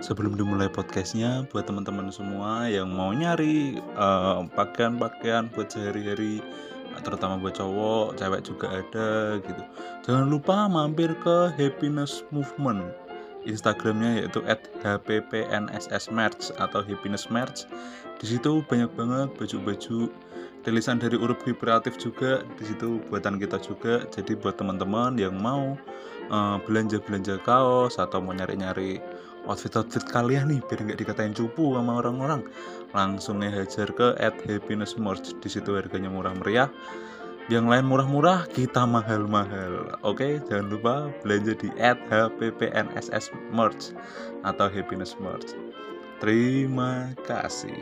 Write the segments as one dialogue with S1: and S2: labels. S1: sebelum dimulai podcastnya buat teman-teman semua yang mau nyari eh, pakaian-pakaian buat sehari-hari terutama buat cowok, cewek juga ada gitu. Jangan lupa mampir ke Happiness Movement Instagramnya yaitu @hppnssmerch atau happiness merch. Di situ banyak banget baju-baju tulisan dari urup kreatif juga di situ buatan kita juga. Jadi buat teman-teman yang mau eh, belanja-belanja kaos atau mau nyari-nyari outfit-outfit kalian nih biar nggak dikatain cupu sama orang-orang langsung nih hajar ke at happiness merch di situ harganya murah meriah yang lain murah-murah kita mahal-mahal oke jangan lupa belanja di at hppnss merch atau happiness merch terima kasih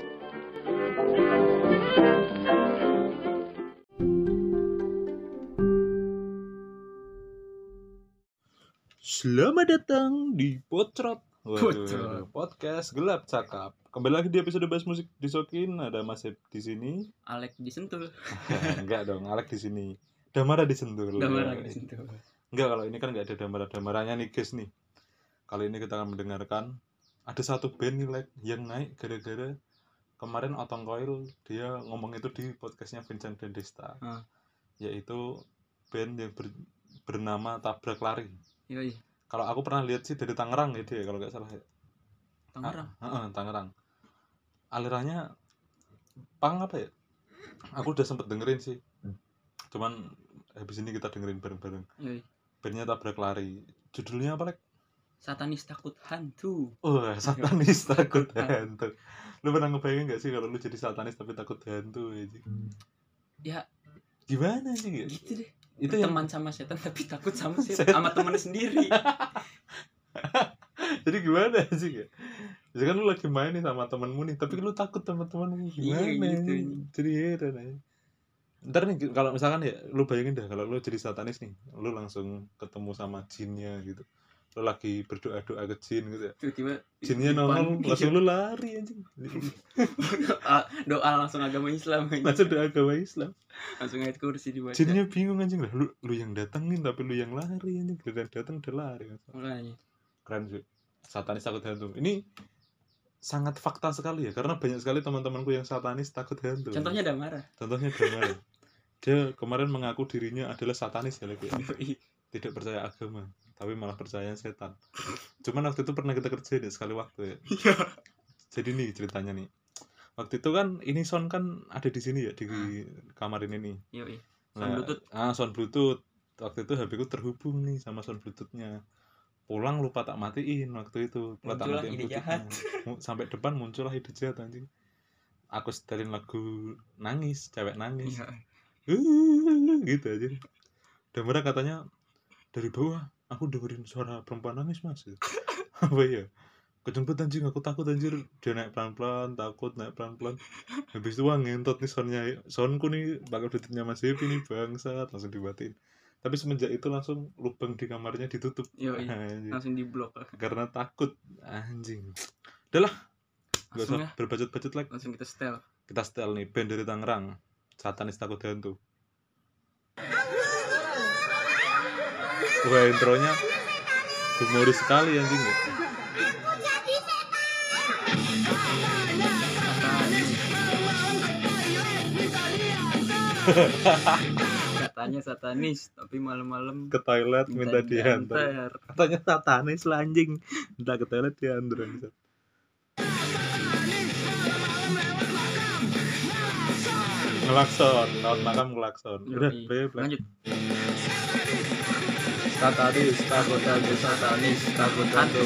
S1: Selamat datang di Potrot
S2: Potrot.
S1: Podcast Gelap Cakap Kembali lagi di episode Bahas Musik Disokin Ada Mas Hep di sini
S2: Alek disentuh,
S1: enggak dong, Alek di sini. Damara disentuh. dulu.
S2: gambar lagi disentuh.
S1: Enggak kalau ini kan enggak ada damara-damaranya nih guys nih. Kali ini kita akan mendengarkan ada satu band nih Lek, yang naik gara-gara kemarin Otong Coil dia ngomong itu di podcastnya Vincent Dendesta.
S2: Ah.
S1: Yaitu band yang ber- bernama Tabrak Lari.
S2: Yoi,
S1: Kalau aku pernah lihat sih dari Tangerang ya dia kalau nggak salah. ya.
S2: Tangerang.
S1: Ah, heeh, Tangerang. Alirannya pang apa ya? Aku udah sempet dengerin sih. Cuman habis ini kita dengerin bareng-bareng.
S2: Yoi.
S1: Bandnya tabrak lari. Judulnya apa, Lek?
S2: Satanis takut hantu.
S1: Wah, satanis takut
S2: Takut
S1: hantu. Lu pernah ngebayangin gak sih kalau lu jadi satanis tapi takut hantu ya? Ji?
S2: Ya.
S1: Gimana sih? Ji?
S2: Gitu deh.
S1: Itu yang
S2: Teman sama setan tapi takut sama
S1: Setan.
S2: setan sama teman sendiri.
S1: jadi gimana sih? Ji? Ya kan lu lagi main nih sama temenmu nih, tapi lu takut sama temenmu gimana?
S2: Iya, gitu.
S1: Ji? Jadi heran aja. Ntar nih kalau misalkan ya lu bayangin dah kalau lu jadi satanis nih, lu langsung ketemu sama jinnya gitu. Lu lagi berdoa-doa ke jin gitu ya.
S2: Tiba-tiba
S1: Jinnya
S2: di
S1: nongol
S2: depan.
S1: langsung lu lari anjing.
S2: doa, ah, doa langsung agama Islam aja.
S1: Masuk doa agama Islam.
S2: Langsung ayat kursi dibaca.
S1: Jinnya bingung anjing lah, lu, lu yang datengin tapi lu yang lari anjing, giliran dateng udah lari.
S2: Makanya.
S1: Keren sih. Satanis takut hantu. Ini sangat fakta sekali ya karena banyak sekali teman-temanku yang satanis takut hantu.
S2: Contohnya ada marah.
S1: contohnya Damar. Dia kemarin mengaku dirinya adalah satanis ya Lek.
S2: Yoi.
S1: Tidak percaya agama, tapi malah percaya setan. Cuman waktu itu pernah kita kerjain ya sekali waktu ya.
S2: Iya.
S1: Jadi nih ceritanya nih. Waktu itu kan ini sound kan ada di sini ya di
S2: Hmm.
S1: kamar ini nih.
S2: Yoi. Sound
S1: Nah,
S2: Bluetooth.
S1: Ah, sound Bluetooth. Waktu itu HP ku terhubung nih sama sound Bluetooth-nya. Pulang lupa tak matiin waktu itu. Lupa tak
S2: Muncullah
S1: matiin
S2: ide
S1: Bluetooth-nya. Mu- Sampai depan muncullah ide jahat anjing. Aku setelin lagu nangis, cewek nangis.
S2: Iya.
S1: gitu aja. Dan mereka katanya dari bawah aku dengerin suara perempuan nangis mas. Gitu. Apa ya? Kejemput anjing, aku takut anjir Dia naik pelan-pelan, takut naik pelan-pelan Habis itu wah ngentot nih soundnya Soundku nih, bakal dutitnya Mas Hepi nih Bangsat, langsung dibatiin Tapi semenjak itu langsung lubang di kamarnya ditutup
S2: Yoi.
S1: Anjing.
S2: Langsung diblok.
S1: Karena takut Anjing Udah lah, gak
S2: Langsung
S1: usah
S2: ya.
S1: berbacot-bacot lagi
S2: Langsung kita setel.
S1: Kita setel nih, band dari Tangerang Satanis Takut Hantu Wah intronya Humoris sekali anjing ya
S2: Katanya satanis tapi malam-malam
S1: Ke toilet minta diantar
S2: diantar.
S1: katanya satanis lah anjing entah ke toilet dia andur anjing. ngelakson lawan makam ngelakson udah
S2: Yoi.
S1: play play
S2: Lanjut.
S1: satanis takut hantu satanis takut
S2: Hantu.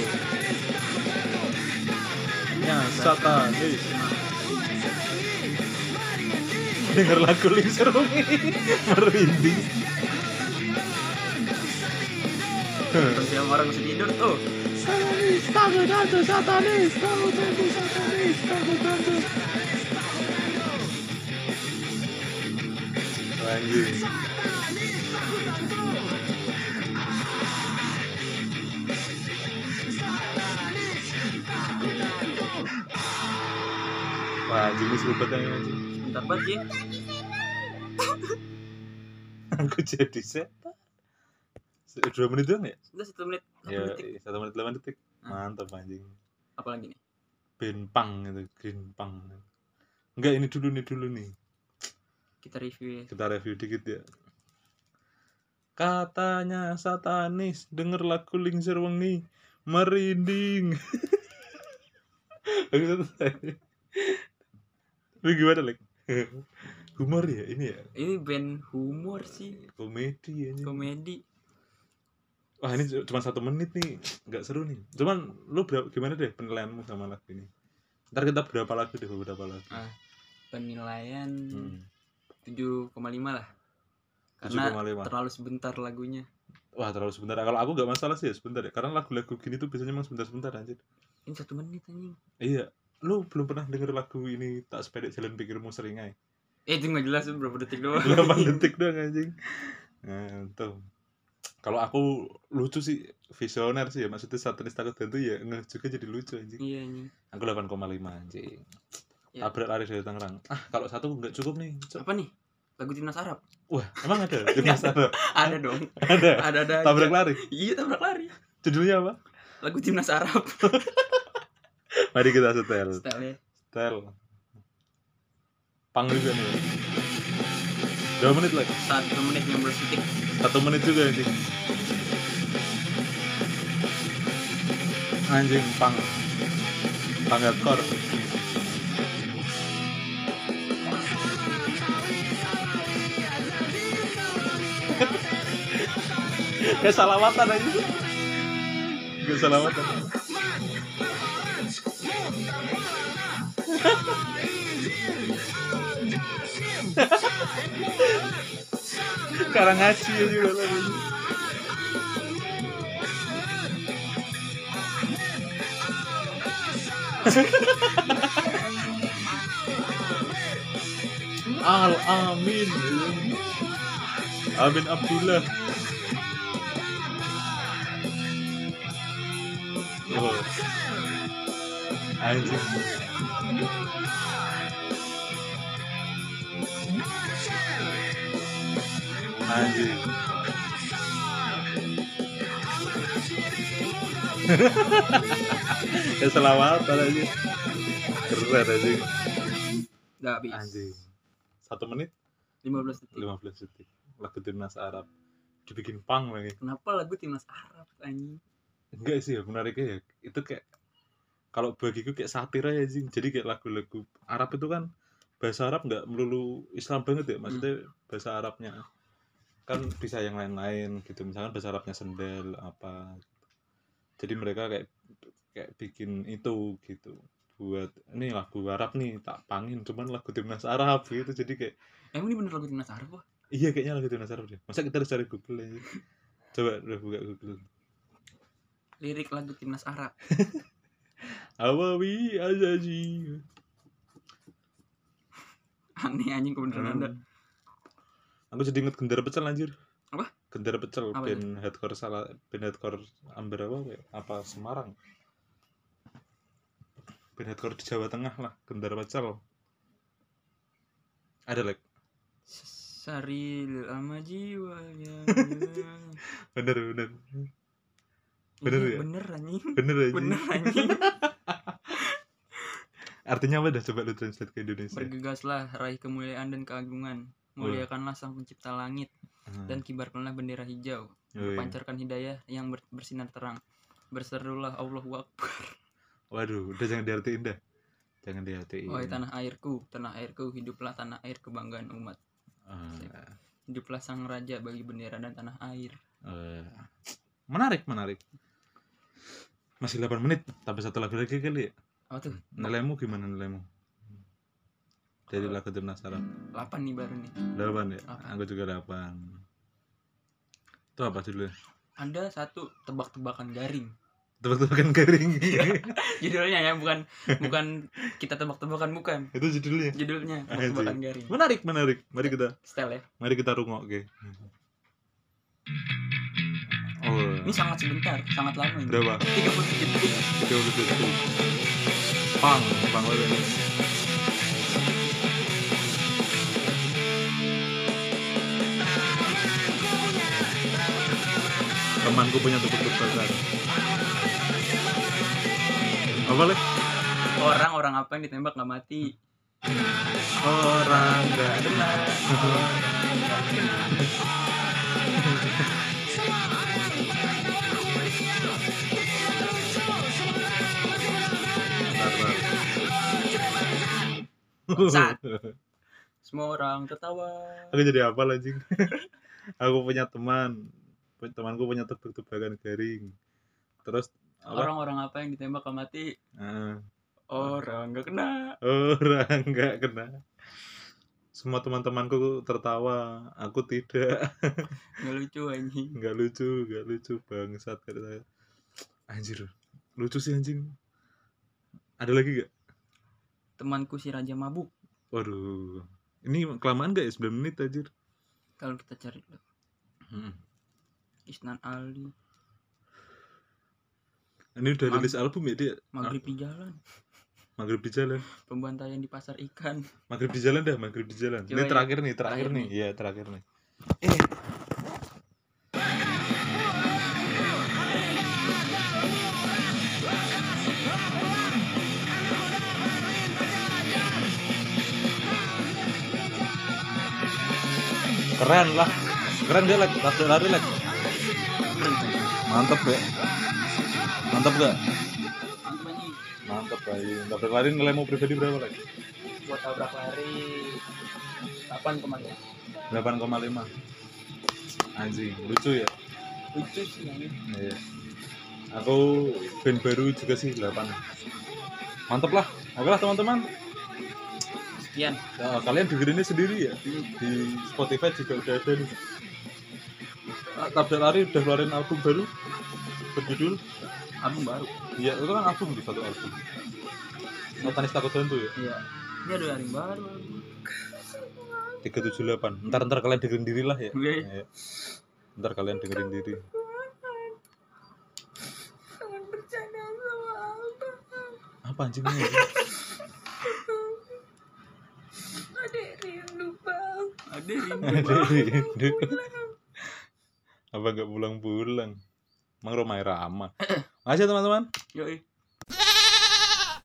S1: nya
S2: Nah,
S1: satanis dengar lagu lingsir merinding
S2: Siapa orang mesti tidur tuh.
S1: Satanis, takut hantu, satanis, takut hantu, satanis, takut hantu. Lanjut. Wah, jenis rupetnya ini anjing.
S2: Bentar banget ya.
S1: Aku jadi setan. Se- Dua menit doang ya?
S2: Sudah satu menit. Satu
S1: Ya,
S2: detik.
S1: satu menit delapan detik.
S2: Ah.
S1: Mantap anjing.
S2: apalagi nih
S1: Benpang gitu, Green Pang. Enggak ini dulu nih dulu nih.
S2: kita review ya.
S1: Kita review dikit ya. Katanya satanis, denger lagu Lingsir Wengi, merinding. Lagu satanis. Lu gimana, Lek? Humor ya ini ya,
S2: ini band humor sih
S1: komedi ya.
S2: komedi
S1: Wah ini cuma satu menit nih, nggak seru nih. Cuman lu berapa, gimana deh penilaianmu sama lagu ini? Ntar kita berapa lagu deh, beberapa lagu.
S2: Ah, penilaian
S1: Hmm.
S2: 7,5 lah karena
S1: 7,5.
S2: terlalu sebentar lagunya
S1: Wah terlalu sebentar. Kalau aku nggak masalah sih ya sebentar ya. Karena lagu-lagu gini tuh biasanya emang sebentar-sebentar anjir.
S2: ini satu menit anjing
S1: Iya. Lu belum pernah denger lagu ini tak sepedek jalan pikirmu sering aja.
S2: eh itu nggak jelas berapa detik doang
S1: 8 detik doang anjing. Nah, tuh. Kalau aku lucu sih visioner sih ya. Maksudnya satanis takut tentu ya ngeh juga jadi lucu anjing.
S2: iya anjing
S1: Aku 8,5 anjing.
S2: Ya.
S1: Tabrak lari dari Tangerang. Ah, kalau satu nggak cukup nih. Cok.
S2: apa nih lagu timnas Arab
S1: Wah, emang ada? Timnas ada.
S2: ada dong
S1: Ada.
S2: ada ada aja.
S1: Tabrak lari.
S2: iya tabrak lari
S1: Judulnya apa?
S2: lagu timnas Arab
S1: Mari kita setel.
S2: style ya
S1: Tel. Pang juga nih. Dua menit lagi.
S2: satu menit yang bersetik
S1: Satu menit juga anjing. Anjing pang. Pang hardcore. Gak salawatan aja. Gak salawatan. Karang ngaci aja udah lah. Al Amin. Amin Abdullah. Oh. Anjing. Anjing. ya selawatan aja. Keren anjing.
S2: nggak habis
S1: Anjing. Satu menit
S2: 15 detik
S1: 15 detik. Lagu timnas Arab dibikin pang lagi.
S2: kenapa lagu timnas Arab anjing
S1: Enggak sih ya menariknya ya. Itu kayak kalau bagiku kayak satir aja sih. Jadi kayak lagu-lagu Arab itu kan bahasa Arab nggak melulu Islam banget ya. Maksudnya bahasa Arabnya kan bisa yang lain-lain gitu. Misalkan bahasa Arabnya sendal apa. Jadi mereka kayak kayak bikin itu gitu buat ini lagu Arab nih tak pangin cuman lagu timnas Arab gitu jadi kayak
S2: emang ini bener lagu timnas Arab wah
S1: Iya kayaknya lagu Timnas Arab deh. Masa kita harus cari Google aja. Coba udah buka Google.
S2: lirik lagu timnas Arab
S1: Awawi Azazi.
S2: aneh anjing
S1: Hmm.
S2: kebenaran anda
S1: Aku jadi inget gendara pecel anjir.
S2: Apa?
S1: Gendara pecel
S2: Apa
S1: band hardcore salah band hardcore Ambarawa kayak apa Semarang. Band hardcore di Jawa Tengah lah, gendara pecel. Ada lek.
S2: Sari lil ama jiwa ya
S1: Bener bener. Bener
S2: Iya,
S1: ya?
S2: bener anjing
S1: Bener aja.
S2: bener anjing
S1: Artinya apa dah coba lu translate ke Indonesia?
S2: bergegaslah raih kemuliaan dan keagungan muliakanlah sang pencipta langit
S1: Ah,
S2: dan kibarkanlah bendera hijau
S1: Yoi.
S2: pancarkan hidayah yang ber- bersinar terang berserulah Allahu Akbar
S1: Waduh, udah jangan diartiin dah. Jangan diartiin.
S2: wahai tanah airku tanah airku hiduplah tanah air kebanggaan umat
S1: Ah,
S2: hiduplah sang raja bagi bendera dan tanah air
S1: eh. menarik, menarik. Masih 8 menit, tambah satu lagu lagi kali ya.
S2: apa tuh
S1: Nilaimu gimana nilaimu? Dari lagu Timnas Arab.
S2: 8 nih baru nih
S1: 8 ya?
S2: Delapan.
S1: Aku juga 8. Itu apa judulnya?
S2: ada satu tebak-tebakan garing
S1: Tebak-tebakan garing.
S2: judulnya ya bukan bukan kita tebak-tebakan bukan
S1: Itu judulnya.
S2: judulnya
S1: Anjing.
S2: tebak-tebakan garing
S1: Menarik, menarik. Mari kita
S2: style ya
S1: mari kita rungok, oke. Oh.
S2: ini sangat sebentar sangat lama ini
S1: Berapa?
S2: 37 detik
S1: Betul, betul, betul. Pang, pang banget. Temanku punya tepuk tebakan. Apa leh?
S2: Orang orang apa yang ditembak nggak mati?
S1: Orang gak kenal.
S2: Bangsat. Semua orang tertawa.
S1: Aku jadi apa anjing? Aku punya teman. Pu- Temanku punya tebak-tebakan garing. Terus apa?
S2: Orang-orang apa yang ditembak nggak mati?
S1: Ah.
S2: Orang nggak kena.
S1: orang nggak kena semua teman-temanku tertawa aku tidak
S2: Nggak lucu anjing.
S1: nggak lucu nggak lucu bangsat kata saya anjir lucu sih anjing ada lagi gak?
S2: Temanku si Raja mabuk.
S1: waduh ini kelamaan gak ya 9 menit anjir
S2: Kalau kita cari dulu. Isnan Ali,
S1: ini udah
S2: Mag-
S1: rilis album ya dia
S2: Maghrib di jalan,
S1: Maghrib di jalan
S2: pembantaian di pasar ikan.
S1: Maghrib di jalan dah Maghrib di jalan
S2: Coba
S1: ini
S2: ya.
S1: terakhir nih terakhir,
S2: Terakhir
S1: nih
S2: nih.
S1: iya terakhir nih keren lah keren gak lek lari lari lek mantep gak mantep gak
S2: Mantap
S1: mantep
S2: anjing.
S1: lagi lari lari nilai mau pribadi berapa lek
S2: Buat tabrak lari. Kapan kemarin?
S1: 8,5 anjing lucu ya
S2: Lucu sih anjing.
S1: Iya. Aku band baru juga sih 8 Mantep lah Oke lah teman-teman
S2: Sekian.
S1: Nah, Kalian dengerinnya sendiri ya Di, di Spotify juga udah ada nih Ah, Tabda Lari udah keluarin album baru Berjudul
S2: Album baru.
S1: Iya itu kan album di satu album Notanis Takut Hantu ya
S2: Iya. Ini ada yang baru.
S1: 378 Ntar-ntar kalian dengerin diri lah ya
S2: Oke.
S1: Iya. Ntar kalian dengerin diri
S3: Jangan bercanda sama aku.
S1: Apa anjing ini?
S3: Adik rindu bang.
S2: Ada rindu
S1: Ada
S2: Bang.
S1: rindu. Apa nggak pulang-pulang? Mang Romai Rama. Makasih ya, teman-teman.
S2: Yoi.